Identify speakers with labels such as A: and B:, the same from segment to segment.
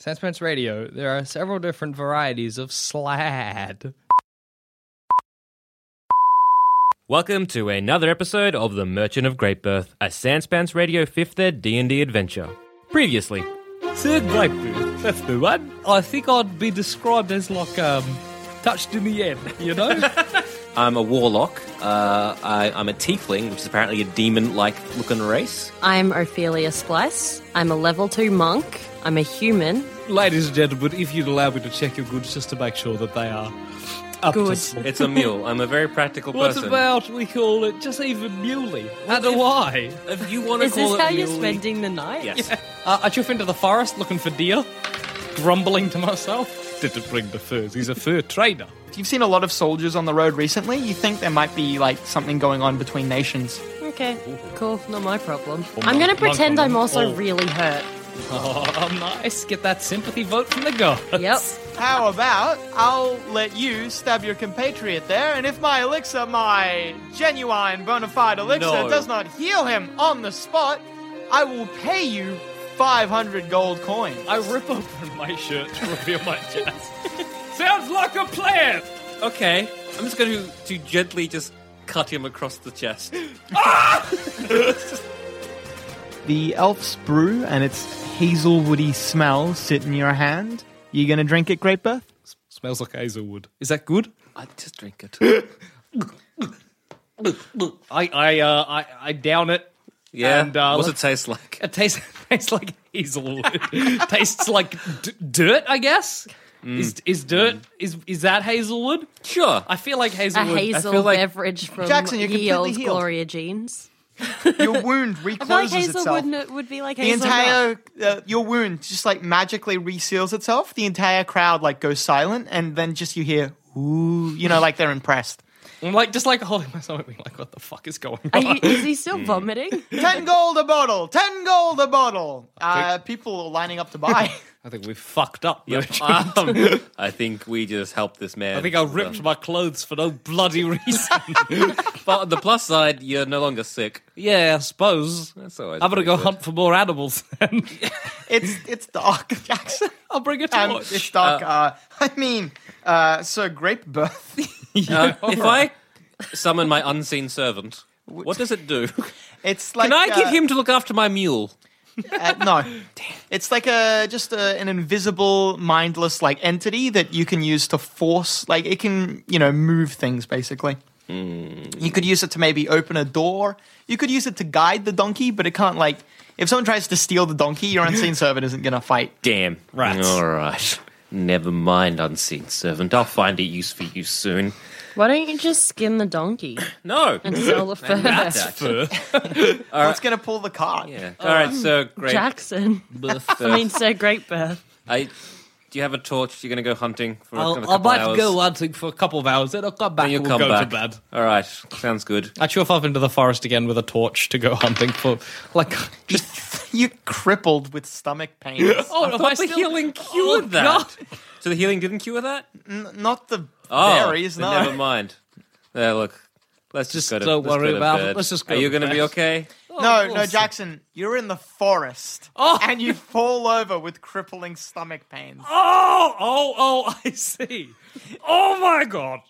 A: Sandspence Radio, there are several different varieties of slad.
B: Welcome to another episode of The Merchant of Great Birth, a Sanspants Radio 5th Ed D&D adventure. Previously,
A: Sir Grapefruit, that's the one. I think I'd be described as like um, touched in the end, you know?
C: I'm a warlock. Uh, I, I'm a tiefling, which is apparently a demon-like looking race.
D: I'm Ophelia Splice. I'm a level 2 monk. I'm a human.
A: Ladies and gentlemen, if you'd allow me to check your goods just to make sure that they are up to
D: Good.
A: snuff.
C: It's a mule. I'm a very practical
A: What
C: person.
A: about we call it just even muley? And a why?
C: If you want to
D: Is
C: call
D: this
C: it
D: how you're
C: muley-
D: spending the night?
C: Yes.
A: Uh, I chuff into the forest looking for deer, grumbling to myself. Didn't bring the furs, he's a fur trader.
E: If you've seen a lot of soldiers on the road recently, you think there might be like something going on between nations.
D: Okay, cool. Not my problem.
A: Well,
D: I'm
A: no,
D: going to
A: not
D: pretend
A: problem.
D: I'm also
A: Oh.
D: really hurt.
A: Oh, nice. Get that sympathy vote from the gods.
D: Yep.
E: How about I'll let you stab your compatriot there, and if my elixir, my genuine bona fide elixir,
C: No.
E: does not heal him on the spot, I will pay you 500 gold coins.
A: I rip open my shirt to reveal my chest. Sounds like a plan.
C: Okay, I'm just going to, to gently just cut him across the chest.
E: The elf's brew and its hazelwoody smell sit in your hand. You gonna drink it, Great Birth?
A: Smells like hazelwood. Is that good?
C: I just drink it.
A: I I uh, I, I down it.
C: Yeah.
A: And, uh,
C: What's it
A: let's-
C: taste like?
A: It tastes tastes like hazelwood. tastes like d- dirt, I guess. Is is dirt is is that hazelwood?
C: Sure.
A: Mm. I feel like
D: A
A: hazelwood.
D: hazel
C: feel like-
D: beverage from
E: Jackson, you're
D: ye old
E: completely healed.
D: Gloria Jeans.
E: Your wound
D: I feel like
E: recloses
D: hazel
E: itself.
D: wouldn't, would be like
E: the
D: hazel.
E: entire uh, your wound just like magically reseals itself. The entire crowd like goes silent, and then just you hear ooh, you know, like they're impressed.
A: I'm like just like holding my stomach, being like, what the fuck is going
D: Are
A: on?
D: you, is he still vomiting?
E: Ten gold a bottle. Ten gold a bottle. Uh, people are lining up to buy.
A: I think we fucked up. merchant.
C: Um, I think we just helped this man.
A: I think I ripped my clothes for no bloody reason.
C: But on the plus side, you're no longer sick.
A: yeah, I suppose.
C: That's always
A: I'm gonna
C: pretty
A: go
C: good.
A: hunt for more animals. Then.
E: it's it's dark, Jackson.
A: I'll bring a
E: Um,
A: torch.
E: it's dark. Uh, I mean, uh, so grape birth.
C: Uh, if I summon my unseen servant, what does it do?
E: It's like
C: Can I
E: uh,
C: get him to look after my mule?
E: Uh, no, it's like a just a, an invisible, mindless like entity that you can use to force. Like it can, you know, move things basically.
C: Hmm.
E: You could use it to maybe open a door. You could use it to guide the donkey, but it can't like. If someone tries to steal the donkey, your unseen servant isn't gonna fight.
C: Damn.
A: Rats.
C: All right. Never mind, unseen servant. I'll find a use for you soon.
D: Why don't you just skin the donkey
C: No.
D: and sell the fur?
C: That's
E: What's gonna pull the card?
C: Yeah. All right, so great.
D: Jackson. I mean, so great birth.
C: I, do you have a torch? You're going to go hunting for a,
A: I'll,
C: couple
A: I might
C: hours.
A: go hunting for a couple of hours, then I'll come back
C: Then
A: and,
C: you
A: we'll
C: come
A: go
C: back.
A: to bed.
C: All right, sounds good.
A: I chuff off into the forest again with a torch to go hunting for, like, just
E: You crippled with stomach pain.
A: oh, am I
C: the
A: still
C: healing cured that. So the healing didn't cure that?
E: Not the
C: Oh,
E: berries,
C: then
E: no.
C: Never mind. There, look. Let's just,
A: Just
C: go to,
A: don't
C: let's go
A: worry
C: to
A: about it.
C: bed.
A: Let's just go
C: Are you
A: to
C: going to be
A: bed.
C: okay?
E: No,
A: Oh,
E: no,
A: awesome.
E: Jackson, you're in the forest,
A: Oh.
E: and you fall over with crippling stomach pains.
A: Oh, oh, oh! I see. Oh my god.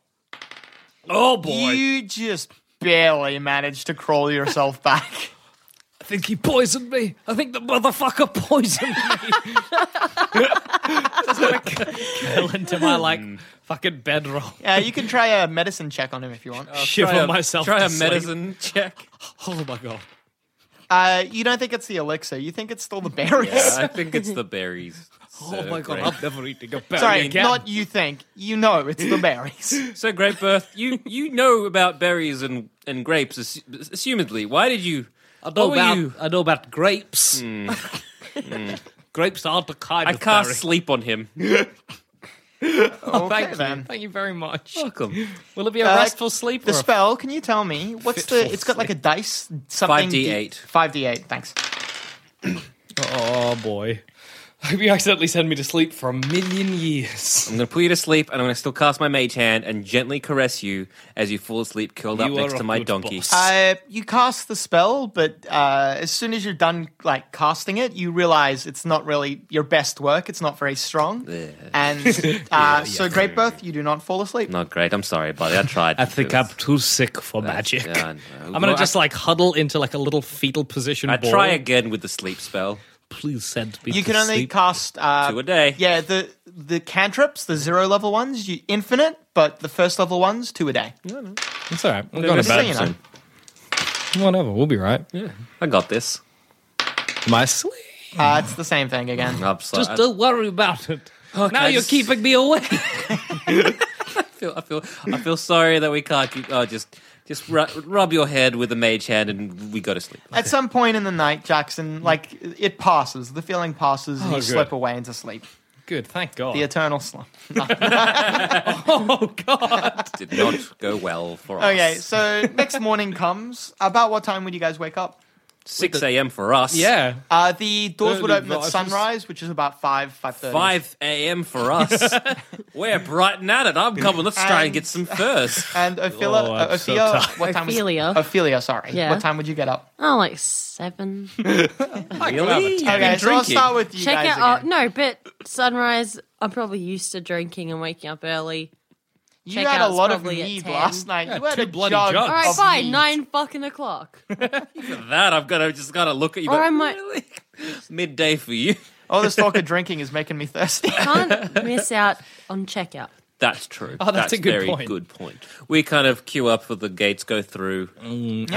A: Oh boy.
E: You just barely managed to crawl yourself back.
A: I think he poisoned me. I think the motherfucker poisoned me. just gonna curl into my like
C: Hmm.
A: fucking bedroll.
E: Yeah, Uh, you can try a medicine check on him if you want.
A: Shiver
C: try a,
A: myself.
C: Try
A: to
C: a
A: sleep.
C: medicine check.
A: Oh my god.
E: Uh, you don't think it's the elixir. You think it's still the berries.
C: Yeah, I think it's the berries.
A: Oh my god. I'm never eating a berry
E: Sorry,
A: again.
E: not you think. You know it's the berries.
C: So great birth. You you know about berries and and grapes, assu- assumedly. Why did you?
A: I know
C: what were
A: about
C: you-
A: I know about grapes.
E: Hmm.
A: grapes aren't the kind
C: I
A: of
C: cast
A: berry.
C: sleep on him.
E: okay,
A: Oh, Thank you.
E: then.
A: Thank you very much.
C: Welcome.
A: Oh, Will it be a
E: Uh,
A: restful sleep?
E: The
A: or a-
E: spell, can you tell me? What's the.
A: Fitful
E: It's got like a dice. Something.
C: 5d8.
E: 5d8, thanks.
A: oh boy. I hope you accidentally send me to sleep for a million years.
C: I'm going to put you to sleep, and I'm going to still cast my mage hand and gently caress you as you fall asleep, curled up
A: You
C: next
A: are
C: to
A: a
C: my
A: good
C: donkey.
A: boss.
E: Uh, you cast the spell, but uh, as soon as you're done like casting it, you realize it's not really your best work. It's not very strong, and uh, so Great Birth, you do not fall asleep.
C: Not great. I'm sorry, buddy. I tried.
A: I think
C: It
A: I'm
C: was-
A: too sick for magic.
C: yeah, I know.
A: I'm gonna
C: Well,
A: just like huddle into like a little fetal position.
C: I
A: ball.
C: try again with the sleep spell.
A: Please send me.
E: You
A: to
E: can only
A: sleep.
E: cast uh,
C: Two a day.
E: Yeah, the the cantrips, the zero level ones, you infinite, but the first level ones, two a day.
A: It's all right. I'm going to
E: Just so you
A: bed.
E: know.
C: soon.
A: Whatever. We'll be right.
C: I got this.
A: My sleep.
E: Uh, it's the same thing again.
C: I'm sorry.
A: Just don't worry about it. now
C: I
A: you're
C: just-
A: keeping me awake.
C: I feel, I feel, I feel sorry that we can't keep. Oh, just, just ru- rub your head with a mage hand, and we go to sleep.
E: At some point in the night, Jackson, like it passes, the feeling passes, and
A: Oh,
E: you
A: good.
E: slip away into sleep,
A: Good. Thank God.
E: the eternal slump.
A: Oh God.
C: Did not go well for us.
E: Okay, so next morning comes. About what time would you guys wake up?
C: six a.m. for us.
A: yeah.
E: Uh, the doors would
A: Early
E: open at
A: rises.
E: sunrise, which is about five, five thirty.
C: Five a.m. for us. We're bright and at it. I'm coming. Let's try and get some first.
E: And Ophelia,
A: Oh,
E: uh,
A: I'm so
E: Ophelia,
A: tired.
E: what time? was-
D: Ophelia.
E: Ophelia, sorry.
D: Yeah.
E: What time would you get up?
D: Oh, like seven.
C: Really?
E: Okay, so I'll start with you
D: Check
E: guys
D: out. Oh,
E: again.
D: no, but sunrise. I'm probably used to drinking and waking up early.
E: you
D: check
E: had a
D: out's
E: lot of
D: probably at
E: mead
D: 10.
E: last night.
A: Yeah,
E: you had
A: two
E: a
A: bloody
E: jug.
A: jugs.
D: All right,
E: of
D: fine.
E: mead.
D: Nine fucking o'clock.
C: That I've got to just got to look at you.
D: Or
A: Oh,
C: go,
D: I might-
C: "Really? midday for you.
E: All this talk of drinking is making me thirsty.
D: Can't miss out on checkout.
C: That's true.
A: Oh, that's a good
C: very
A: point.
C: good point. We kind of queue up for the gates go through.
A: I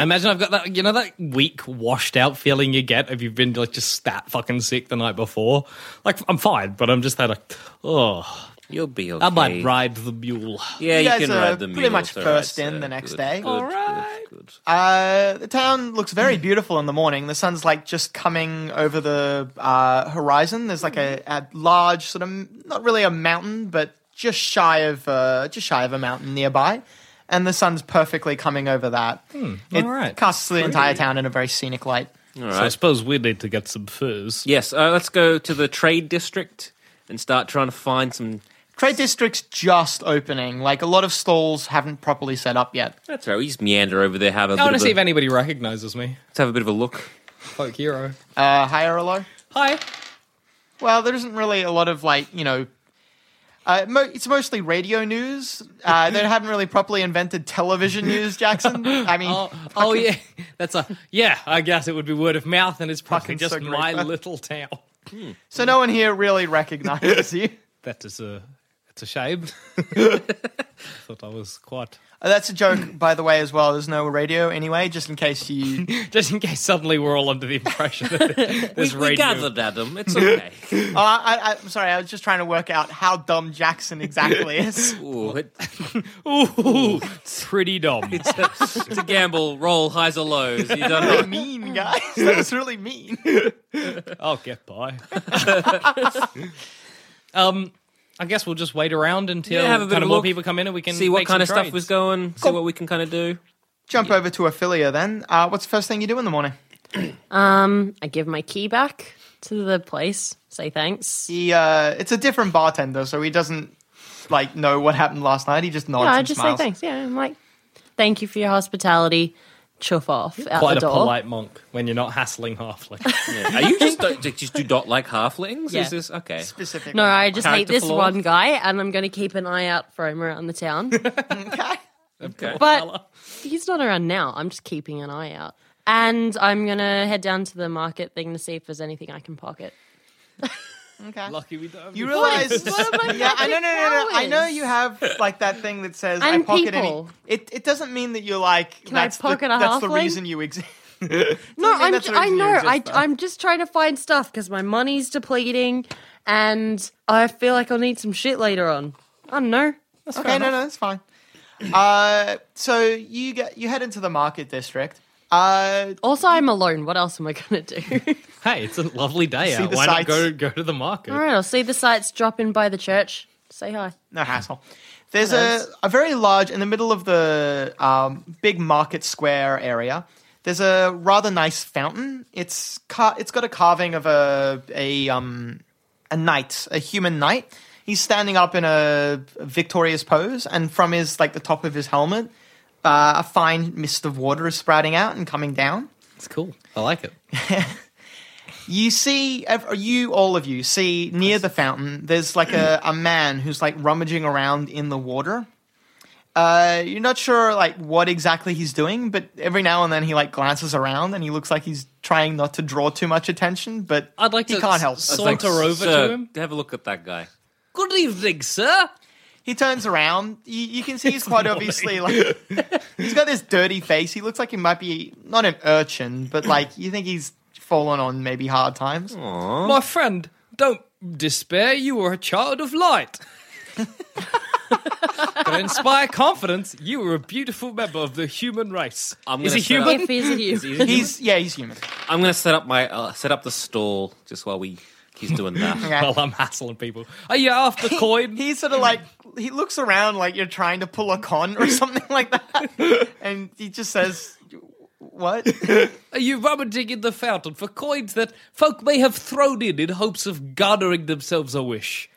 A: imagine I've got that, you know, that weak, washed out feeling you get if you've been like just that fucking sick the night before. Like, I'm fine, but I'm just that, like, oh,
C: You'll be okay.
A: I might ride the mule.
C: Yeah, you,
E: You guys
C: can
E: are
C: ride the
E: pretty
C: mule,
E: much
C: it's all right,
E: first in
C: sir.
E: the next
C: Good,
E: day.
C: Good, good, good.
E: Uh, the town looks very beautiful in the morning. The sun's like just coming over the uh, horizon. There's like a, a large sort of not really a mountain, but just shy of uh, just shy of a mountain nearby, and the sun's perfectly coming over that.
A: Hmm,
E: it
A: alright.
E: casts the entire town in a very scenic light.
A: So I suppose we need to get some furs.
C: Yes, uh, let's go to the trade district and start trying to find some.
E: Trade district's just opening. Like a lot of stalls haven't properly set up yet.
C: That's right. We just meander over there, have a,
A: I
C: bit
A: want to
C: of
A: see
C: a,
A: if anybody recognizes me.
C: let's have a bit of a look.
A: Folk hero.
E: Uh, high or low?
A: Hi.
E: Well, there isn't really a lot of like you know. Uh, mo- it's mostly radio news. Uh, they haven't really properly invented television news, Jackson. I mean,
A: Oh, oh, yeah. That's a, yeah, I guess it would be word of mouth, and it's probably
E: Fucking
A: just
E: so great,
A: my
E: huh?
A: little town.
E: so no one here really recognizes you.
A: That is a, it's a shame. I thought I was quite.
E: Uh, that's a joke, by the way, as well. There's no radio anyway, just in case you.
A: Just in case suddenly we're all under the impression that
C: We,
A: this
C: we
A: radio
C: gathered, Adam. It's okay.
E: Oh, I, I, I'm sorry, I was just trying to work out how dumb Jackson exactly is.
C: Ooh, it-
A: Ooh, pretty dumb.
C: it's, a, it's a gamble. Roll highs or lows. You don't know.
E: mean, guys. That was really mean.
A: I'll get by. um, I guess we'll just wait around until
C: Yeah, have a bit
A: kind of
C: of
A: more
C: look.
A: people come in and we can
C: See what
A: make
C: kind of
A: some
C: stuff
A: trades.
C: was going. See what we can kind of do.
E: Jump over to Ophelia then. Uh, what's the first thing you do in the morning?
D: I give my key back to the place. Say thanks.
E: He, uh, it's a different bartender, so he doesn't like know what happened last night. He just nods
D: Yeah, I
E: and
D: just
E: smiles.
D: say thanks. Yeah, I'm like, thank you for your hospitality. Chuff off out
A: Quite
D: the
A: a
D: door.
A: polite monk when you're not hassling halfling.
C: Yeah. Are you just don't, just do not like halflings?
D: Yeah.
C: Is this okay?
E: Specifically.
D: No, I just hate
C: Character
D: this
C: flaws.
D: one guy, and I'm going to keep an eye out for him around the town.
E: Okay.
C: Okay.
D: But he's not around now. I'm just keeping an eye out. And I'm going to head down to the market thing to see if there's anything I can pocket.
E: Okay.
A: Lucky we don't. have
E: You
A: any-
E: realize?
D: What am I
E: yeah, I know, no, no, no, no. I
D: powers?
E: know you have like that thing that says I
D: And
E: pocket
D: people.
E: any. It it doesn't mean that you're like.
D: I
E: that's
D: pocket
E: the,
D: a
E: That's the
D: halfling?
E: reason you exist.
D: No,
E: Doesn't mean
D: I'm,
E: that's
D: j-
E: the
D: I
E: reason you
D: know. I,
E: exist, though.
D: I'm just trying to find stuff because my money's depleting and I feel like I'll need some shit later on. I don't know.
E: Okay, no, no, it's fine. Uh, so you get you head into the market district. Uh,
D: Also, I'm alone. What else am I going to do?
A: Hey, it's a lovely day out.
E: the
A: Why
E: sights.
A: not go go to the market?
D: All right, I'll see the sights drop in by the church. Say hi.
E: no hassle. There's a, a very large in the middle of the um, big market square area. There's a rather nice fountain. It's car- it's got a carving of a a um a knight, a human knight. He's standing up in a victorious pose, and from his like the top of his helmet, uh, a fine mist of water is sprouting out and coming down.
A: It's cool. I like it.
E: You see, ev- you all of you see near the fountain. There's like a, a man who's like rummaging around in the water. Uh, you're not sure like what exactly he's doing, but every now and then he like glances around and he looks like he's trying not to draw too much attention. But
A: I'd like
E: he
A: to
E: can't
A: s-
E: help.
A: s-
C: It's like,
A: Saunter over
C: "Sir,
A: to him."
C: Have a look at that guy.
A: Good evening, sir.
E: He turns around. You, you can see he's quite obviously like he's got this dirty face. He looks like he might be not an urchin, but like you think he's fallen on maybe hard times.
A: My friend, don't despair. You are a child of light. to inspire confidence, you are a beautiful member of the human race.
C: I'm
A: Is
C: gonna
A: he
C: set up-
A: human?
D: If he's a human.
E: He's yeah, he's human.
C: I'm going to set up my uh, set up the stall just while we he's doing that.
E: Okay.
A: Well, I'm hassling people. Are you after coin?
E: He sort of like he looks around like you're trying to pull a con or something like that, and he just says, "What?"
A: Are you rummaging in the fountain for coins that folk may have thrown in in hopes of garnering themselves a wish?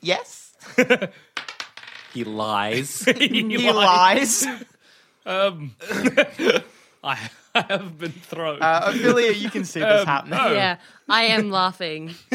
E: yes,
C: He lies.
E: he lies. Uh,
A: I I have been thrown.
E: Uh, Ophelia, you can see this happening.
D: Yeah, I am laughing.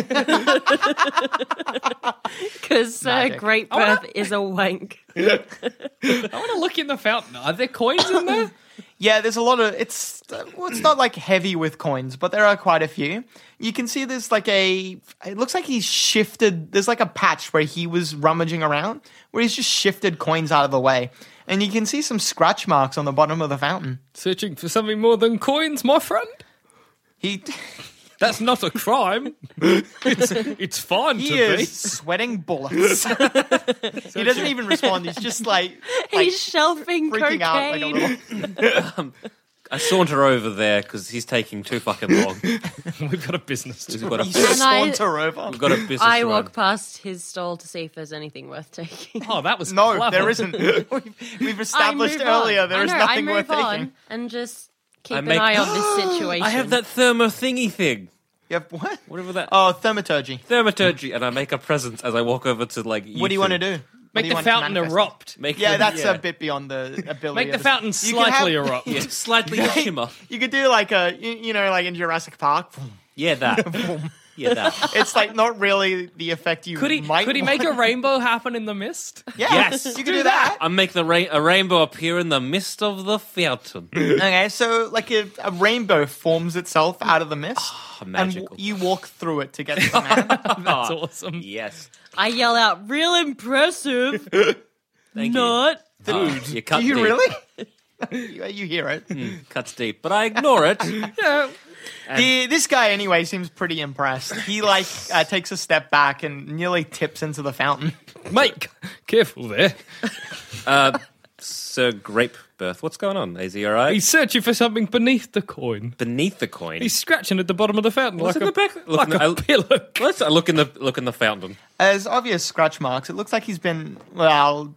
D: Because uh,
E: Magic.
D: Great Birth is a wank.
A: I want to look in the fountain. Are there coins in there?
E: Yeah, there's a lot of it's. uh, Well, it's not like heavy with coins, but there are quite a few. You can see there's like a. It looks like he's shifted. There's like a patch where he was rummaging around, where he's just shifted coins out of the way, and you can see some scratch marks on the bottom of the fountain.
A: Searching for something more than coins, my friend?
E: He.
A: That's not a crime. it's, it's fine
E: He
A: to
E: is sweating bullets. he doesn't even respond. He's just like, like
D: He's shelving cocaine.
E: freaking out like a little.
C: I saunter over there because he's taking too fucking long. We've
A: be. We've got a business to
C: got a,
E: You
C: we've
D: I-
E: saunter over.
C: got a business
D: I
C: to run.
D: walk past his stall to see if there's anything worth taking.
A: Oh, that was
E: No,
A: clever.
E: there isn't. We've, we've
D: I
E: established
D: move on.
E: earlier
D: I
E: there is
D: know, I
E: nothing
D: move
E: worth
D: on
E: taking.
D: And just keep
C: I
D: an
C: make-
D: eye on this situation.
C: I have that thermo thingy thing.
E: You have what?
C: Whatever that.
E: Oh, thaumaturgy.
C: Thermaturgy, and I make a present as I walk over to like.
E: What do you want to
C: two.
E: do? What
A: Make
E: do you
A: the
E: want to
A: fountain
E: manifest?
A: erupt.
C: Make
E: Yeah,
C: the-
E: that's
C: yeah.
E: a bit beyond the ability.
A: Make the
E: of-
A: fountain
E: You can have-
A: slightly erupt.
C: Yeah, slightly shimmer.
E: You could do like a, you, you know, like in Jurassic Park.
C: Yeah, that. yeah, that.
E: It's like not really the effect you
A: Could he,
E: might.
A: could he
E: want.
A: make a rainbow happen in the mist?
E: Yeah,
C: Yes.
E: you could do that.
C: I make the rain a rainbow appear in the mist of the fountain.
E: Okay, so like a, a rainbow forms itself out of the mist, and
C: magical.
E: w- you walk through it to get to the man.
A: That's awesome.
C: Yes.
D: I yell out, real impressive.
C: Thank
D: Not.
C: you. Ah, you cut
E: Do you
C: deep. Hmm,
E: really? you, you hear it.
C: Cuts deep, but I ignore it.
E: The, this guy, anyway, seems pretty impressed. He like uh, takes a step back and nearly tips into the fountain.
A: Mate, careful there.
C: Sir Grape Birth, what's going on? Is he all right?
A: He's searching for something beneath the coin.
C: beneath the coin.
A: He's scratching at the bottom of the fountain
C: What's
A: like
C: in
A: a,
C: the back? Look
A: like
C: in the-
A: a
C: I-
A: pillow.
C: Let's uh, look in the look in the fountain.
E: As obvious scratch marks, it looks like he's been well.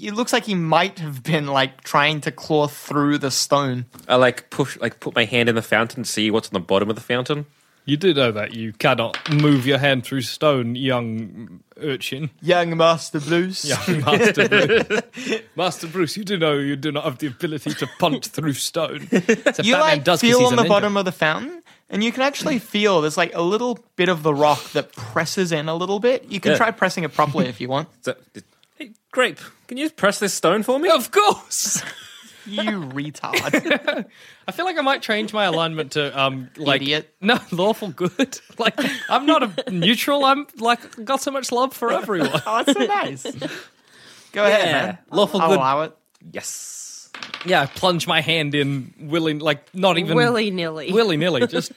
E: It looks like he might have been like trying to claw through the stone.
C: I like push, like put my hand in the fountain, to see what's on the bottom of the fountain.
A: You do know that you cannot move your hand through stone, young urchin.
E: Young Master Blues.
A: Young Master Bruce. Master Bruce, you do know you do not have the ability to punch through stone. It's a
E: you
A: Batman
E: like
A: does 'cause
E: feel
A: he's
E: on
A: a
E: the
A: ninja.
E: bottom of the fountain and you can actually feel there's like a little bit of the rock that presses in a little bit you can
C: Yeah.
E: try pressing it properly if you want
C: So, hey, grape, can you press this stone for
E: Oh.
C: me?
A: Of course.
E: you retard
A: I feel like I might change my alignment to um like
E: Idiot.
A: no lawful good. Like I'm not a neutral. I'm like got so much love for everyone.
E: oh that's so nice go ahead man Oh,
C: lawful
E: i'll
C: good.
E: allow it
C: Yes.
A: Yeah, I plunge my hand in willing, like not even
D: Willy nilly.
A: willy nilly. Just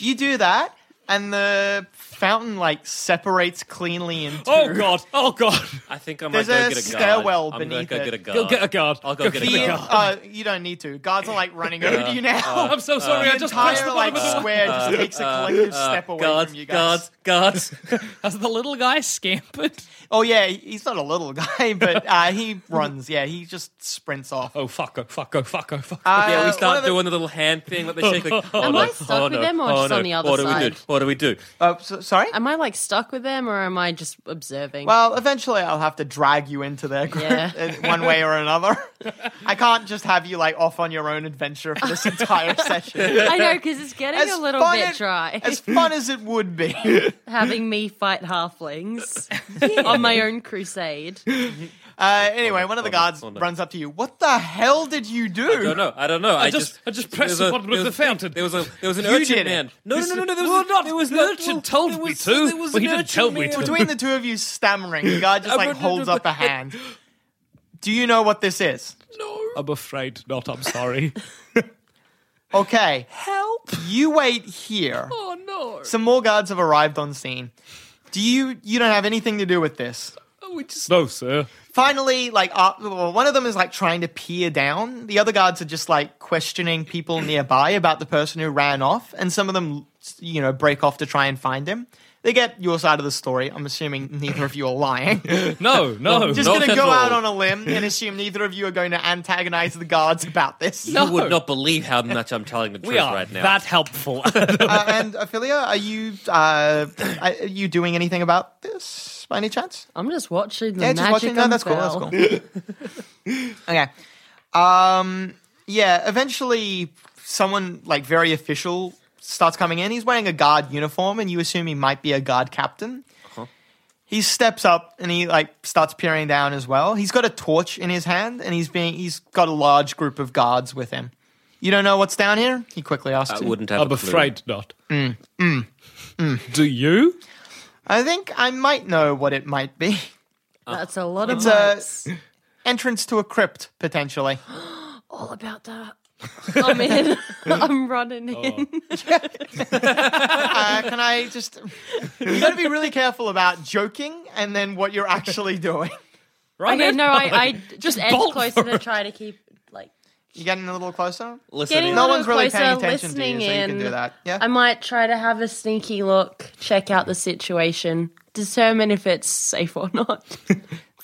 E: you do that and the fountain like separates cleanly into
A: oh god, oh god.
C: I think I might
E: There's
C: go
E: a
C: get a guard.
E: stairwell
C: I'm
E: beneath
C: gonna go
E: it.
C: get a guard.
A: Go get a guard.
C: I'll go get a
E: The-
C: guard.
E: uh, you don't need to guards are like running over to you now
A: Oh, I'm so sorry.
E: the
A: I just pressed
E: Uh, entire
A: the
E: like
A: bottom of the
E: square just takes a collective step away
C: Guards,
E: from you guys
C: guards, guards.
A: Has the little guy scampered?
E: oh yeah he's not a little guy but uh, he runs yeah he just sprints off
A: Oh fuck! Oh fuck! Oh fuck! Oh fuck!
E: Uh,
C: Yeah,
E: one
C: we
E: of
C: start
E: the-
C: doing the little hand thing, like they shake. Like, oh,
D: Am
C: no,
D: I stuck
C: oh,
D: with
C: no,
D: them or
C: oh,
D: just
C: no.
D: on the other
C: what
D: side?
C: Do we do? What do we do?
E: Uh, so, Sorry?
D: Am I like stuck with them or am I just observing?
E: Well, eventually I'll have to drag you into their group
D: Yeah.
E: in one way or another. I can't just have you like off on your own adventure for this entire session.
D: I know because it's getting a little
E: fun
D: bit
E: it-
D: dry
E: As fun as it would be.
D: having me fight halflings on my own crusade.
E: Uh, anyway, one of the
C: Hold on,
E: guards
C: hold on.
E: runs up to you. What the hell did you do?
C: I don't know. I don't know. I,
A: I just, I just pressed
C: there
A: the
C: was
A: bottom
C: a- there
A: of the
C: was-
A: fountain.
C: There was a there was an
E: You did
C: urchin
E: it.
C: man. No, no,
E: This
C: no, no,
E: is-
C: no. There
A: well,
C: was
A: not-
C: There was
A: the
C: not-
A: urchin
C: well,
A: told
C: there
A: me
C: was-
A: to,
C: There was
A: but he
C: an
A: didn't tell
C: urchin
A: me
C: man.
A: to.
E: Between the two of you stammering, the guard just like holds up a hand. Do you know what this is?
A: I'm afraid not. I'm sorry.
E: Okay. Help. You wait here.
A: oh no!
E: Some more guards have arrived on scene. Do you you don't have anything to do with this?
A: we just no, sir.
E: Finally, like uh, well, one of them is like trying to peer down. The other guards are just like questioning people nearby about the person who ran off, and some of them you know break off to try and find him. They get your side of the story. I'm assuming neither of you are lying.
A: No, no,
E: Just
A: no.
E: gonna
C: at
E: go
C: all.
E: out on a limb and assume neither of you are going to antagonize the guards about this.
C: You would not believe how much I'm telling the truth
A: We are
C: right now.
A: that helpful.
E: Uh, and Ophelia, are you uh, are you doing anything about this by any chance?
D: I'm just watching the
E: Yeah,
D: magic
E: just watching. No, that's cool.
D: unfurl.
E: That's cool. okay. Um. Yeah. Eventually, someone like very official starts coming in. He's wearing a guard uniform, and you assume he might be a guard captain.
D: Uh-huh.
E: He steps up and he like starts peering down as well. He's got a torch in his hand, and he's being he's got a large group of guards with him. You don't know what's down here? He quickly asks.
C: I
E: you.
C: wouldn't have.
A: I'm
C: a clue. Mm,
A: afraid not. Do you?
E: I think I might know what it might be.
D: That's a lot of
E: It's a-
D: mites.
E: Entrance to a crypt, potentially.
D: All about that. I'm in. I'm running
E: Oh.
D: in.
E: Uh, can I just? You got to be really careful about joking and then what you're actually doing.
A: Right?
D: Okay, no, I, I just, edge
A: bolt
D: closer to try to keep like
E: You getting a little closer?
C: Listen,
D: getting
C: in.
D: a
E: No
D: little
E: one's really
D: closer,
E: paying attention to you,
D: listening
E: so you
D: in.
E: can do that. Yeah.
D: I might try to have a sneaky look, check out the situation, determine if it's safe or not.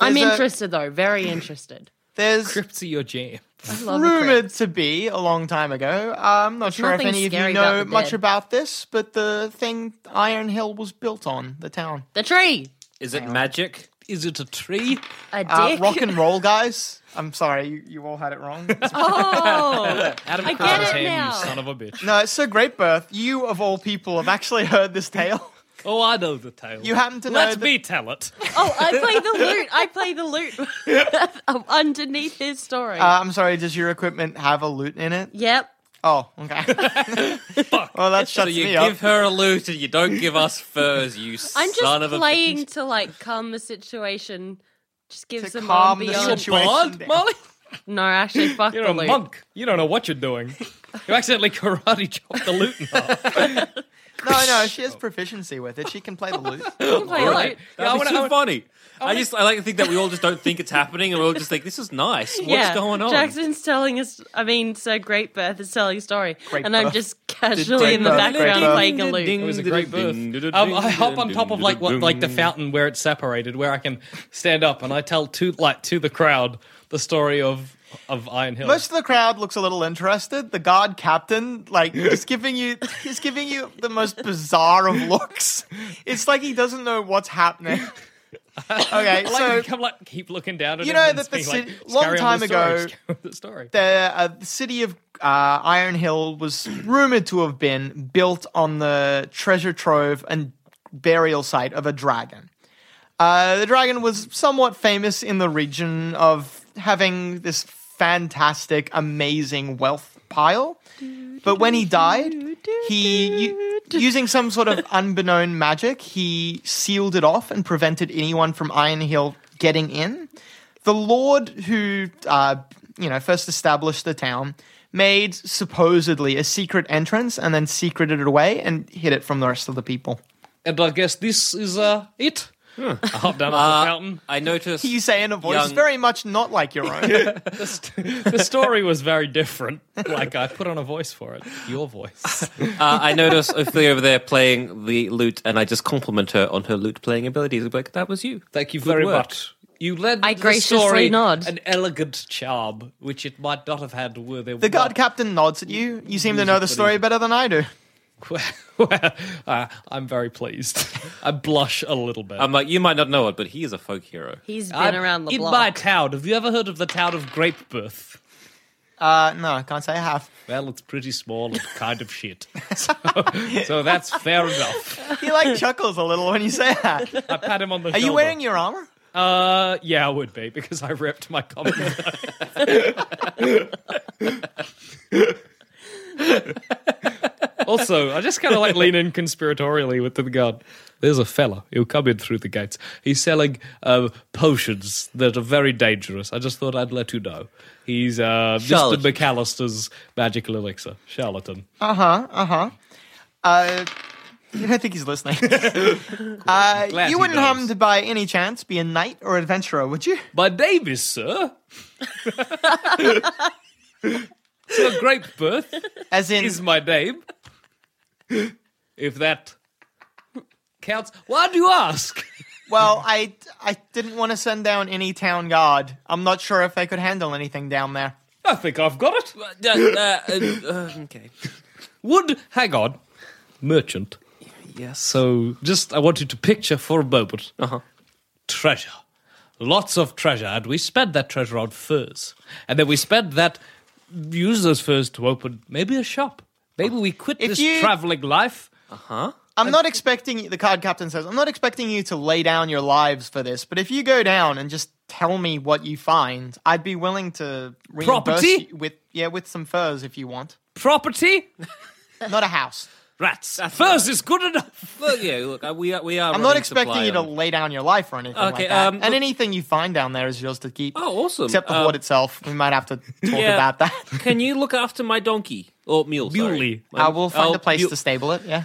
D: I'm
E: There's a-
D: interested though, very interested.
E: There's
A: Crypts are your jam.
D: I love a
E: rumored
D: crypt.
E: to be a long time ago. Uh, I'm not sure if
D: nothing
E: any of you
D: scary about
E: know
D: the
E: much
D: dead.
E: about this, but the thing Iron Hill was built on the town.
D: the tree,
C: is it magic?
A: Is it a tree?
D: a dick.
E: Uh, rock and roll, guys. I'm sorry, you, you all had it wrong.
D: oh,
A: Adam
D: I
A: Christmas
D: get it
A: ham,
D: now.
A: you son of a bitch.
E: no, it's so great, Birth. You of all people have actually heard this tale.
A: Oh, I know the tale.
E: You happen to know
A: Let
E: that-
A: me tell it.
D: oh, I play the loot. I play the loot Um, underneath his story.
E: Uh, I'm sorry. Does your equipment have a loot in it?
D: yep.
E: Oh, okay. well, that
C: So
E: shuts
C: you
E: me
C: give
E: up.
C: her a loot and you don't give us furs, you
D: I'm just
C: son of a
D: playing to like calm the situation. Just give
E: To
D: some
E: calm the
D: ambiance.
E: situ- Situation
A: Bond,
E: down.
A: Molly?
D: No, actually, fuck
A: You're
D: the
A: a
D: loot.
A: monk. You don't know what you're doing. You accidentally karate chopped the loot in half.
E: No, no, she has proficiency with it. She can play the lute.
D: You can play
C: Right.
D: loot.
A: Yeah, I wanna-
C: That'd be
A: I
C: too
A: wanna-
C: funny. I just I like to think that we all just don't think it's happening, and we all just think this is nice. What's
D: yeah,
C: going on?
D: Jackson's telling us. I mean, so Great Birth is telling a story,
E: Great
D: and I'm
E: Birth.
D: just casually in the
E: Birth,
D: background
E: Great
D: playing a
C: Birth.
D: loot.
C: Ding,
A: It was a
C: ding,
A: great birth.
C: ding, ding,
A: Um, I
C: ding,
A: hop on
C: ding,
A: top of like what,
C: ding,
A: like the
C: ding.
A: fountain where it's separated, where I can stand up and I tell to like to the crowd the story of of Iron Hill.
E: Most of the crowd looks a little interested. The guard captain, like, is giving you is giving you the most bizarre of looks. It's like he doesn't know what's happening. Okay, so
A: like, come like keep looking down at
E: You
A: him
E: know
A: and
E: that the
A: just being
E: ci-
A: like,
E: long
A: "Carry on
E: time
A: the story,
E: ago-
A: just carry on the story.
E: the, uh, the city of uh, Iron Hill was rumored to have been built on the treasure trove and burial site of a dragon. Uh, the dragon was somewhat famous in the region of having this fantastic, amazing wealth pile. But when he died, he u- using some sort of unbeknown magic, he sealed it off and prevented anyone from Iron Hill getting in. The lord who uh, you know first established the town made supposedly a secret entrance and then secreted it away and hid it from the rest of the people.
A: And I guess this is uh it. I hop down
C: Uh,
A: the fountain.
C: I noticed.
E: You say in a voice
C: Young-
E: very much not like your own.
A: The, st- the story was very different. Like I put on a voice for it, your voice.
C: uh, I notice Ophelia over there playing the lute, and I just compliment her on her lute playing abilities. I'm like, that was you.
A: Thank you
C: Good
A: very
C: work.
A: much. You led
D: I
A: the
D: graciously
A: story
D: nod.
A: an elegant charm, which it might not have had were there
E: the guard captain nods at you. You seem to know the story better than I do.
A: uh, I'm very pleased. I blush a little bit.
C: I'm like, you might not know it, but he is a folk hero.
D: He's been
A: I'm
D: around the
A: in
D: block.
A: my town. Have you ever heard of the town of Grape Birth?
E: Uh, no, I can't say I have.
A: Well, it's pretty small and kind of shit. So, so that's fair enough.
E: He like chuckles a little when you say that.
A: I pat him on the
E: Are
A: shoulder.
E: you wearing your armor?
A: Uh, yeah, I would be because I ripped my comic. also, I just kind of like lean in conspiratorially with the guard. There's a fella who'll come in through the gates. He's selling uh, potions that are very dangerous. I just thought I'd let you know. He's uh, Mr.
C: Charlatan.
A: McAllister's magical elixir charlatan.
E: Uh-huh, Uh, I don't think he's listening. uh,
A: Glad he
E: you wouldn't
A: knows.
E: happen to, by any chance, be a knight or adventurer, would you?
A: My name is Sir. Sir Grape Birth.
E: As in,
A: is my name. If that counts. Why do you ask?
E: well, I I didn't want to send down any town guard. I'm not sure if they could handle anything down there.
A: I think I've got it.
C: Uh, uh, uh, uh, okay.
A: Would hang on. Merchant.
C: Yes.
A: So just I want you to picture for a moment.
C: Uh-huh.
A: Treasure. Lots of treasure, and we spend that treasure on furs. And then we spend that use those furs to open maybe a shop. Maybe we quit
E: If
A: this
E: you-
A: travelling life.
E: I'm not expecting the card captain says I'm not expecting you to lay down your lives for this, but if you go down and just tell me what you find, I'd be willing to reimburse
A: Property?
E: you with yeah with some furs if you want,
A: Property?
E: not a house.
A: Rats. furs is good enough.
C: Look, yeah, look, uh, we are. We are
E: I'm not
C: running
E: expecting
C: supply
E: you to
C: on-
E: lay down your life or anything
C: Okay,
E: like that.
C: um,
E: and anything you find down there is yours to keep.
C: Oh, awesome.
E: Except the
C: Um,
E: hoard itself. We might have to talk
C: yeah.
E: about that.
C: Can you look after my donkey or mule?
A: Muley.
C: Sorry. My-
E: I will find
C: our
E: a place
C: mule-
E: to stable it. Yeah.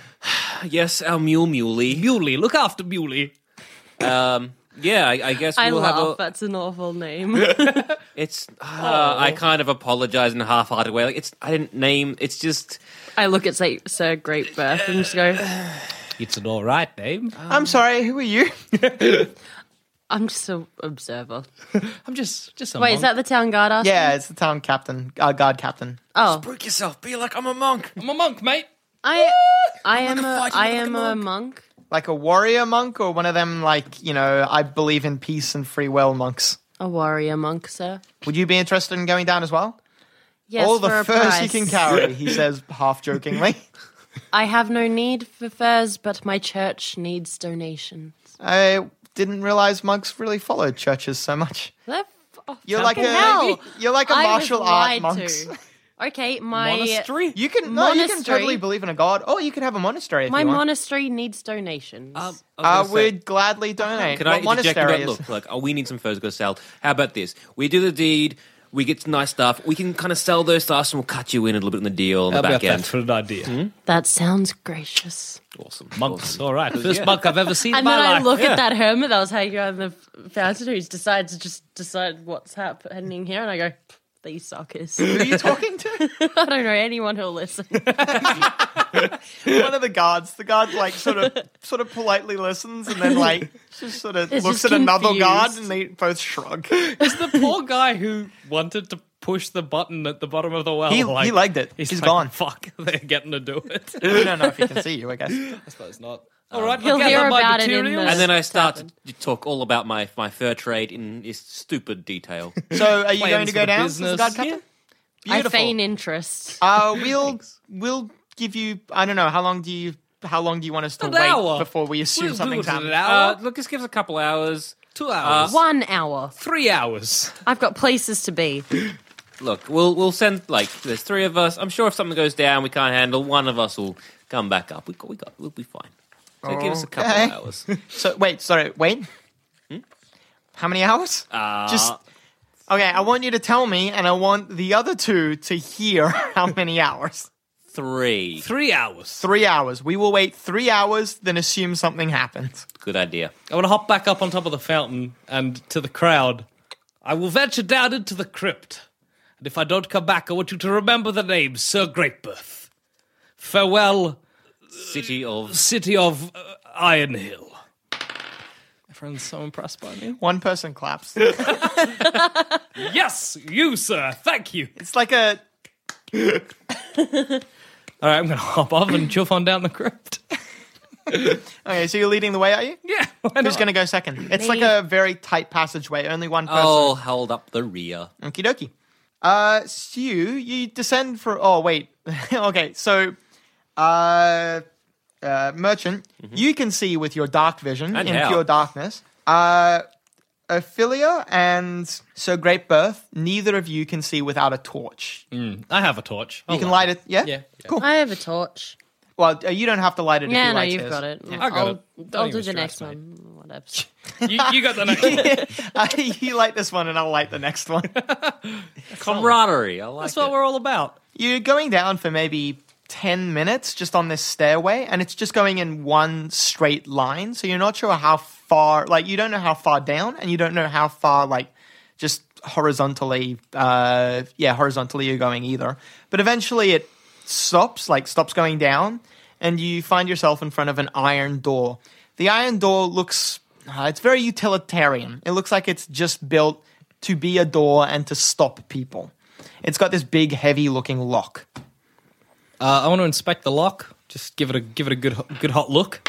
C: Yes, our mule, muley.
A: Muley, look after Muley.
C: Um, yeah, I, I guess
D: I
C: we'll
D: laugh.
C: have a.
D: That's an awful name.
C: It's. Uh, I kind of apologize in a half-hearted way. Like it's. I didn't name. It's just.
D: I look at Sir, Sir Great Birth and just go,
A: It's an all right name.
C: Um,
E: I'm sorry. Who are you?
D: I'm just an observer.
A: I'm just just a
D: Wait,
A: monk.
D: is that the town guard asking?
E: yeah, it's the town captain, uh, guard captain.
D: Oh,
C: Brook yourself. Be like I'm a monk.
D: Um,
A: I'm a monk, mate.
D: I, I am a,
C: fighting
D: I
C: like a
D: am a monk.
E: Like a warrior monk or one of them, like, you know, I believe in peace and free will monks.
D: A warrior monk, sir.
E: Would you be interested in going down as well?
D: Yes,
E: All the
D: for a
E: furs
D: price.
E: you can carry, he says half jokingly.
D: I have no need for furs, but my church needs donations.
E: I didn't realize monks really followed churches so much.
D: They're f- oh,
E: You're like a
D: fucking hell.
E: you're like
D: I
E: a
D: was
E: martial art
D: lied
E: monk.
D: to. Okay, my
A: Monastery.
E: You can no, you can
D: Monastery.
E: totally believe in a god. Oh, you could have a monastery if
D: my
E: you want.
D: monastery needs donations.
C: Um,
A: Um,
E: I would gladly donate.
C: Can
E: What
C: I interject
E: monastery
C: about
E: is-
C: look? Like, oh, we need some furs to go sell. How about this? We do the deed. We get some nice stuff. We can kind of sell those to us, and we'll cut you in a little bit in the deal on
A: How
C: the
A: about
C: back
A: that
C: end.
A: for an idea?
E: Hmm?
D: that sounds gracious.
C: Awesome,
A: Monks,
C: Awesome.
A: all right. First
C: Yeah.
A: monk I've ever seen in
D: And
A: my
D: then I
A: life.
D: look at that hermit that was hanging out in the f- fountain who's decided to just decide what's happening here, and I go, these suckers. I
E: Who are you talking to?
D: don't know anyone who'll listen.
E: One of the guards. The guard like sort of sort of politely listens and then like just sort of
D: It's
E: looks at
D: just
E: another guard
D: confused.
E: and they both shrug.
A: It's the poor guy who wanted to push the button at the bottom of the well.
E: He- he
A: like,
E: liked it.
A: He's
E: He's
A: like,
E: gone.
A: Fuck, they're getting to do it.
E: we don't know if he can see you, I guess.
A: I suppose not. All right,
D: He'll
A: I'll gather
D: hear
A: my
D: about it in
A: materials.
D: the-
C: And then I start
D: Tavern.
C: to talk all about my, my fur trade in this stupid detail.
E: So are you
A: Plans
E: going to
A: for
E: go
A: the
E: down as
A: business.
E: the guard captain?
D: I
E: Beautiful.
D: feign interest.
E: uh, we'll we'll give you I don't know, how long do you how long do you want us to
A: An
E: wait
A: hour.
E: before we assume
A: We'll do
E: something's
A: it in an
E: happened?
A: hour,
C: Uh, look, just give us a couple hours.
A: two
E: Uh,
A: hours,
D: One hour.
A: three hours.
D: I've got places to be.
C: Look, we'll we'll send like there's three of us. I'm sure if something goes down, we can't handle. One of us will come back up. We got, we got we'll be fine. So give us a couple
E: Okay.
C: of hours.
E: So wait, sorry, wait. How many hours?
C: Uh,
E: Just okay. I want you to tell me, and I want the other two to hear how many hours.
C: three.
A: Three hours.
E: Three hours. We will wait three hours, then assume something happened.
C: Good idea.
A: I want to hop back up on top of the fountain and to the crowd. I will venture down into the crypt. And if I don't come back, I want you to remember the name Sir Greatbirth. Farewell,
C: City of
A: city of uh, Iron Hill. Everyone's so impressed by me.
E: One person claps.
A: Yes, you, sir. Thank you.
E: It's like a.
A: All right, I'm going to hop off and chuff on down the crypt.
E: Okay, so you're leading the way, are you?
A: Yeah, why
E: Who's
A: not?
E: going to go second? It's like
D: Me.
E: a very tight passageway, only one person.
C: I'll hold up the rear.
E: Okie dokie. Uh, Stu, you descend for. Oh, wait. okay, so. Uh, uh, merchant, you can see with your dark vision
C: And
E: in
C: how.
E: pure darkness. Uh, Ophelia and Sir Great Birth, neither of you can see without a torch. You
A: I have a torch. I'll
E: can light it, yeah?
A: Yeah, yeah.
E: Cool.
D: I have a torch.
E: Well, uh, you don't have to light it if
D: Yeah, no,
E: you like
D: you've got it.
A: I got
D: I'll,
A: it. Don't
D: I'll
A: even
D: do the next
A: stress,
D: one. Whatever.
A: You, you got the next.
E: you light this one and I'll light the next one.
C: Camaraderie. I like
A: That's
C: it.
A: what we're all about.
E: You're going down for maybe 10 minutes just on this stairway, and it's just going in one straight line. So you're not sure how far, like, you don't know how far down, and you don't know how far, like, just horizontally, uh, yeah, horizontally you're going either. But eventually it stops, like, stops going down, and you find yourself in front of an iron door. The iron door looks, uh, it's very utilitarian. It looks like it's just built to be a door and to stop people. It's got this big, heavy-looking lock.
A: Uh, I want to inspect the lock. Just give it a give it a good ho- good hot look.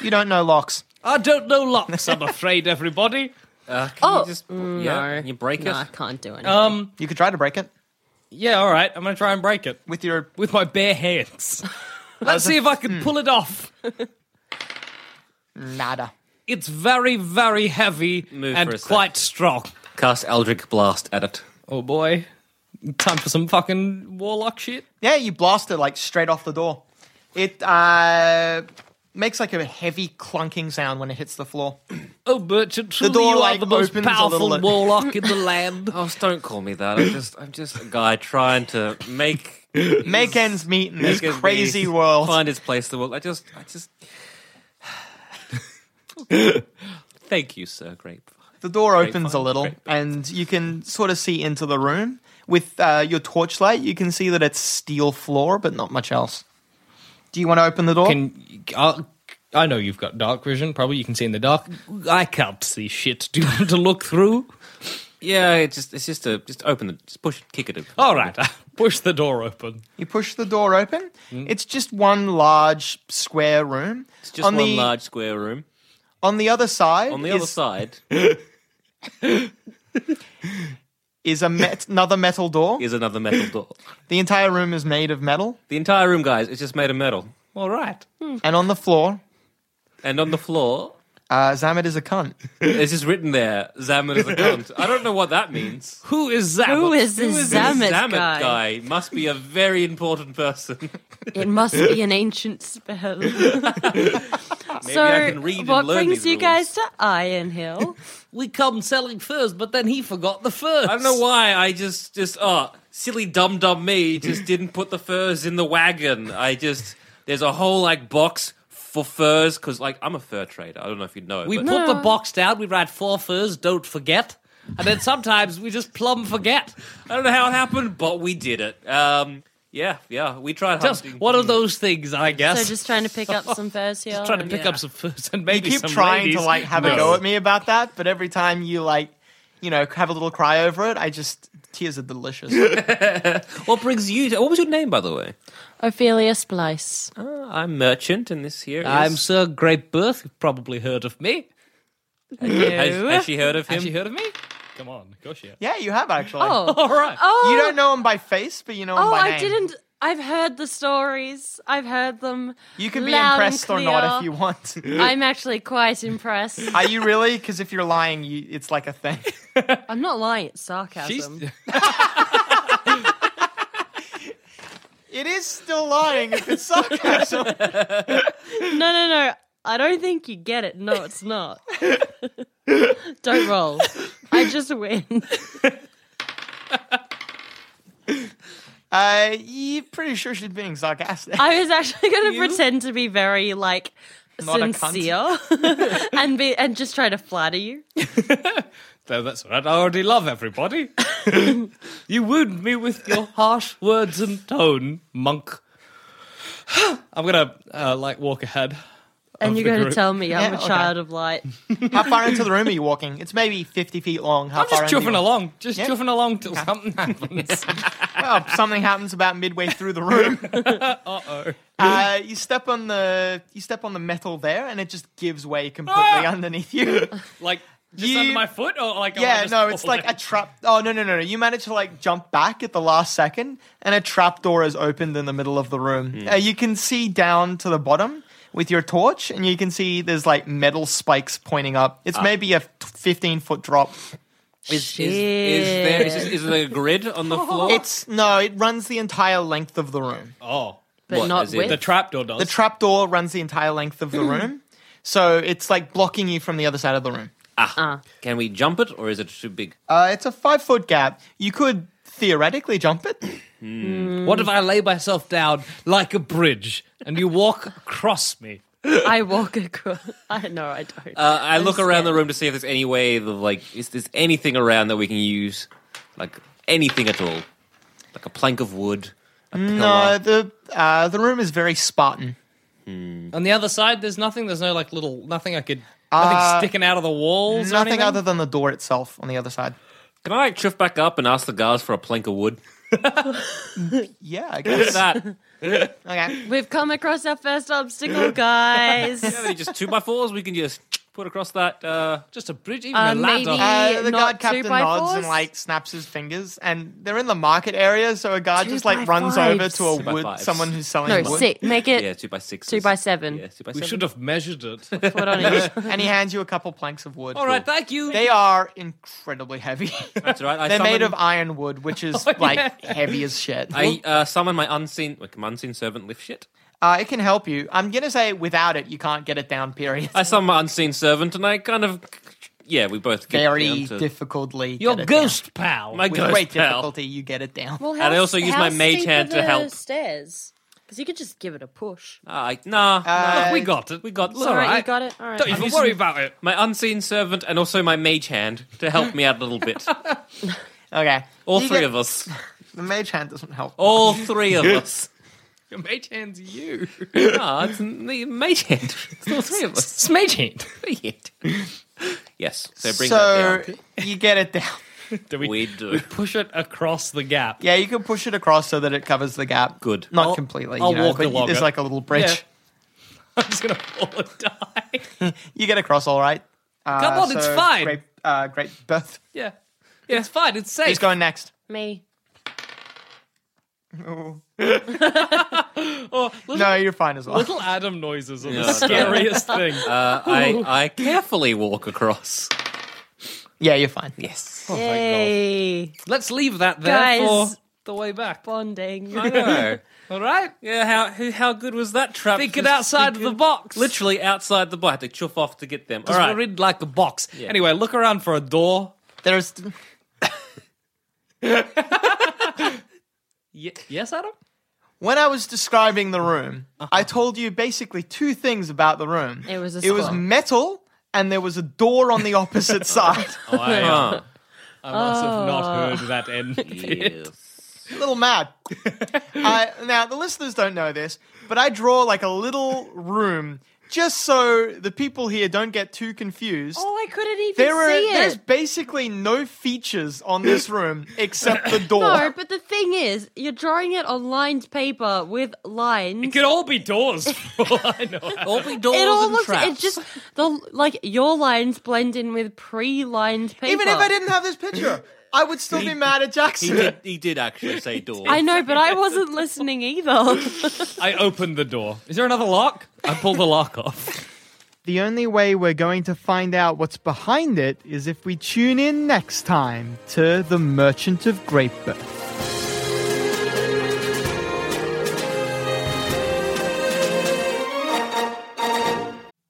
E: You don't know locks.
A: I don't know locks. I'm afraid, everybody.
C: Uh, can
D: Oh,
C: you just
D: no.
C: yeah, you break
D: No, I
C: it?
D: can't do anything.
A: Um,
E: You could try to break it
A: yeah, all right. I'm gonna try and break it
E: with your.
A: with my bare hands. Let's see if I can pull it off.
E: Nada.
A: It's very, very heavy
C: Move for a
A: and
C: sec.
A: quite strong.
C: Cast Eldritch Blast at it.
A: Oh boy, time for some fucking warlock shit.
E: Yeah, you blast it like straight off the door. It uh, makes like a heavy clunking sound when it hits the floor.
A: Oh, Bertrand, truly
E: door,
A: you
E: like,
A: are the most
E: opens a
A: powerful
E: little-
A: warlock in the land.
C: Oh, don't call me that. I'm just, I'm just a guy trying to make
E: Make ends meet in this
C: make it
E: crazy
C: be-
E: world.
C: Find his place in the world. I just, I just. Thank you, sir. Great.
E: The door opens a
C: fun,
E: little,
C: great.
E: and you can sort of see into the room with uh, your torchlight. You can see that it's steel floor, but not much else. Do you want to open the door?
A: Can I, I know you've got dark vision. Probably you can see in the dark. I can't see shit. Do you want to look through?
C: Yeah, it's just, it's just a, just open the, just push, it, kick it.
A: All right, push the door open.
E: You push the door open. It's just one large square room.
C: Mm. It's just one
E: the,
C: large square room.
E: On the other side.
C: On the
E: is,
C: other side
E: is a met- another metal door.
C: is another metal door.
E: The entire room is made of metal,
C: The entire room, guys, is just made of metal.
A: All right.
E: and on the floor,
C: And on the floor,
E: uh, Zamet is a cunt.
C: it's just written there, Zamet is a cunt. I don't know what that means.
A: Who is that?
D: Who is this Zamet
C: Zamet
D: guy?
C: guy must be a very important person. Maybe
D: It must be an ancient spell. so,
C: I can read
D: what
C: and learn
D: brings
C: these
D: you
C: rules.
D: guys to Iron Hill?
A: We come selling furs, but then he forgot the furs.
C: I don't know why. I just, just, oh, silly dum dum me just didn't put the furs in the wagon. I just, there's a whole like box for furs because like I'm a fur trader. I don't know if you know.
A: We
C: but
A: put the box down. We write four furs. Don't forget. And then sometimes we just plumb forget.
C: I don't know how it happened, but we did it. Um, yeah, yeah, we tried
A: Just
C: hunting.
A: one of those things, I guess.
D: so just trying to pick up some furs here.
A: Just trying to
D: and-
E: uh,
A: pick up some furs and
E: You
A: maybe
E: keep
A: some
E: trying
A: ladies.
E: to like have a
A: No.
E: go at me about that, but every time you like, you know, have a little cry over it, I just tears are delicious.
C: What brings you? To, what was your name, by the way?
D: Ophelia Splice.
C: Uh, I'm merchant, and this here.
A: I'm
C: is-
A: Sir Great Birth. You've probably heard of me.
C: Has, has she heard of him?
A: Have you heard of me? Come on, go she has.
E: yeah, you have actually.
D: Oh.
A: All right.
D: Oh,
E: You don't know him by face, but you know him
D: Oh,
E: by
D: I
E: name.
D: didn't. I've heard the stories. I've heard them.
E: You can be
D: loud and
E: impressed or not if you
D: clear.
E: want.
D: I'm actually quite impressed.
E: Are you really? Because if you're lying, you, it's like a thing.
D: I'm not lying. It's sarcasm.
A: She's-
E: It is still lying if it's sarcasm.
D: No, no, no. I don't think you get it. No, it's not. don't roll. I just win.
E: uh, you're pretty sure she's being sarcastic.
D: I was actually going to pretend to be very like
E: Not a cunt.
D: sincere and be and just try to flatter you.
A: No, that's all right. I already love everybody. you wound me with your harsh words and tone, monk. I'm gonna uh, like walk ahead.
D: and
A: Of
D: you're
A: the
D: going to
A: group.
D: tell me I'm
E: Yeah,
D: a
E: okay.
D: child of light.
E: How far into the room are you walking? It's maybe 50 feet long. How
A: I'm
E: far
A: just
E: into
A: chuffing
E: you-
A: along, just
E: Yeah.
A: chuffing along till something happens.
E: Well, something happens about midway through the room. Uh-oh. you step on the you step on the metal there, and it just gives way completely
A: Ah!
E: underneath you.
A: like just
E: You-
A: under my foot, or like am I
E: yeah,
A: just
E: no, it's
A: falling?
E: like a trap. Oh no, no, no, no! You manage to like jump back at the last second, and a trap door is opened in the middle of the room.
A: Hmm.
E: Uh, you can see down to the bottom with your torch, and you can see there's like metal spikes pointing up.
A: Ah.
E: It's maybe a t- 15 foot drop.
C: Is, is, is there is, is there a grid on the floor?
E: It's no, it runs the entire length of the room.
A: oh,
D: but
C: What,
D: not
C: as in
D: with.
A: the trapdoor does.
E: The trapdoor runs the entire length of
A: Hmm.
E: the room, so it's like blocking you from the other side of the room.
C: Can we jump it, or is it too big?
E: Uh, it's a five foot gap. You could theoretically jump it.
A: what if I lay myself down like a bridge and you walk across me?
D: I walk across. I no, I don't.
C: Uh, I look around the
D: scared.
C: room to see if there's any way of like, is there's anything around that we can use, like anything at all, like a plank of wood, a pillar.
E: No, the uh, the room is very Spartan.
A: On the other side, there's nothing. There's no like little nothing I could. Nothing sticking out of the walls. or
E: Nothing
A: anything?
E: other than the door itself on the other side.
C: Can I like drift back up and ask the guards for a plank of wood?
E: Yeah, I guess.
C: That
E: okay.
D: We've come across our first obstacle, guys.
C: yeah, they're just two by fours. We can just put across that. Uh,
A: just a bridge, even
D: Uh,
A: a ladder.
D: maybe-
E: Uh, the
D: Not
E: guard
D: two
E: captain
D: by
E: nods and
D: fours?
E: like snaps his fingers, and they're in the market area. So a guard
D: Two
E: just
D: by
E: like runs
D: fives.
E: over to a
C: Two by
E: wood,
C: fives.
E: someone who's selling
D: no,
E: wood,
D: six. Make it
C: yeah, two by six.
D: two by seven.
C: Yeah, two by
A: We
C: seven.
A: should have measured it.
D: Put on each.
E: and he hands you a couple planks of wood.
A: All right, thank you.
E: They are incredibly heavy.
C: That's all right. I
E: They're made
C: summon-
E: of ironwood, which is like heavy as shit.
C: Oh, I uh, summon my unseen, like my unseen servant lift shit.
E: uh, it can help you. I'm gonna say without it, you can't get it down. Period.
C: I summon my unseen servant, and I kind of, yeah, we both get
E: Very
C: down to-
E: difficultly.
A: Your
E: get it
A: ghost pal.
C: My
E: down.
C: ghost
E: With great
C: pal.
E: difficulty, you get it down.
D: Well,
C: And I also use my mage
D: steep
C: hand
D: are
C: to
D: the
C: help.
D: Stairs, because you could just give it a push.
C: I, nah,
E: Uh,
A: we got it. We got it. It's
D: All
A: all
D: right,
A: right.
D: you got it. All right.
A: Don't even
C: using-
A: worry about it.
C: my unseen servant and also my mage hand to help me out a little bit.
E: Okay.
C: All
E: You
C: three
E: get-
C: of us.
E: The mage hand doesn't help.
A: Oh,
C: All three of us.
A: Your mage hand's you.
C: Ah, it's the mage hand. It's all three of us.
A: It's mage hand.
C: Three hand. Yes. So bring
E: so
C: that down.
E: you get it down.
A: Do we,
C: We do.
A: we push it across the gap.
E: Yeah, you can push it across so that it covers the gap.
C: Good.
E: Not
A: I'll-
E: completely.
A: I'll
E: you know,
A: walk
E: but
A: along
E: There's
A: it.
E: like a little bridge.
A: I'm just gonna fall and die.
E: You get across all right. Uh,
A: Come on, it's
E: so
A: fine.
E: Great, uh, great birth.
A: Yeah. Yeah, it's fine. It's
E: Who's
A: safe.
E: going next?
D: Me.
A: Oh,
E: No, you're fine as well.
A: Little Adam noises are
C: Yeah,
A: the
C: I know.
A: scariest thing.
C: Uh, I, I carefully walk across.
E: Yeah, you're fine.
C: Yes.
A: Oh, thank
D: Hey,
A: God. Let's leave that there
D: guys.
A: for the way back.
D: Bonding.
C: No.
A: All right.
C: Yeah, how who- how good was that trap?
A: Thinking
C: Just
A: outside
C: thinking-
A: the box.
C: Literally outside the box. I had to chuff off to get them. All
A: Because
C: right.
A: we're in like a box. Anyway, look around for a door.
E: There's.
A: Ye- yes, Adam?
E: When I was describing the room,
A: Uh-huh.
E: I told you basically two things about the room.
D: It was a
E: It was
D: square.
E: metal, and there was a door on the opposite side.
A: Oh, I,
C: Huh.
A: must have not heard that end.
C: Yes.
E: a little mad. uh, now the listeners don't know this, but I draw like a little room just so the people here don't get too confused.
D: Oh, I couldn't even
E: there are
D: see
E: there's
D: it.
E: basically no features on this room except the door.
D: No, but the thing is, you're drawing it on lined paper with lines.
A: It could all be doors. for all I know.
C: All the doors
D: it all
C: and
D: looks
C: traps.
D: it just the like your lines blend in with pre-lined paper.
E: Even if I didn't have this picture, I would still be mad at
C: He
E: Jackson.
C: did, he did actually say doors.
D: I know, but I wasn't listening either.
A: I opened the door. Is there another lock? I pulled the lock off.
E: The only way we're going to find out what's behind it is if we tune in next time to The Merchant of Great Birth.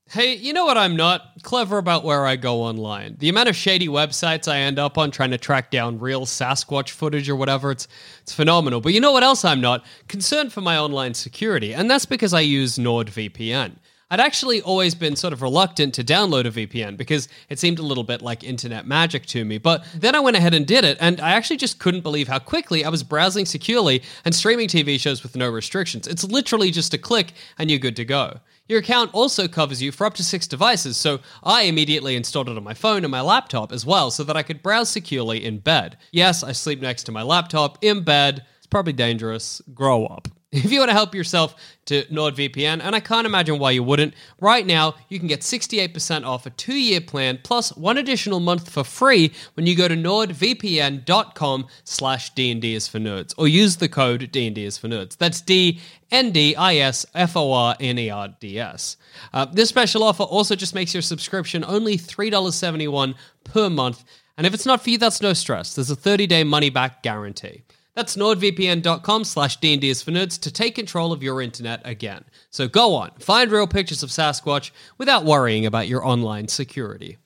F: Hey, you know what I'm not? Clever about where I go online. The amount of shady websites I end up on trying to track down real Sasquatch footage or whatever, it's it's phenomenal. But you know what else I'm not? Concerned for my online security, and that's because I use NordVPN. I'd actually always been sort of reluctant to download a VPN because it seemed a little bit like internet magic to me. But then I went ahead and did it, and I actually just couldn't believe how quickly I was browsing securely and streaming TV shows with no restrictions. It's literally just a click and you're good to go. Your account also covers you for up to six devices, so I immediately installed it on my phone and my laptop as well so that I could browse securely in bed. Yes, I sleep next to my laptop in bed. It's probably dangerous. Grow up. If you want to help yourself to NordVPN, and I can't imagine why you wouldn't, right now you can get 68% off a two year plan plus one additional month for free when you go to nordvpn.com slash DND is for nerds or use the code DND is for nerds. That's D N D I S F O R N E R D S. Uh, this special offer also just makes your subscription only $3.71 per month. And if it's not for you, that's no stress. There's a 30 day money back guarantee. That's nordvpn.com slash D&D is for nerds to take control of your internet again. So go on, find real pictures of Sasquatch without worrying about your online security.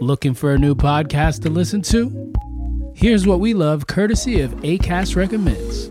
G: Looking for a new podcast to listen to? Here's what we love courtesy of ACAST Recommends.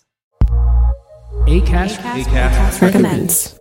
G: ACAST,
H: recommends.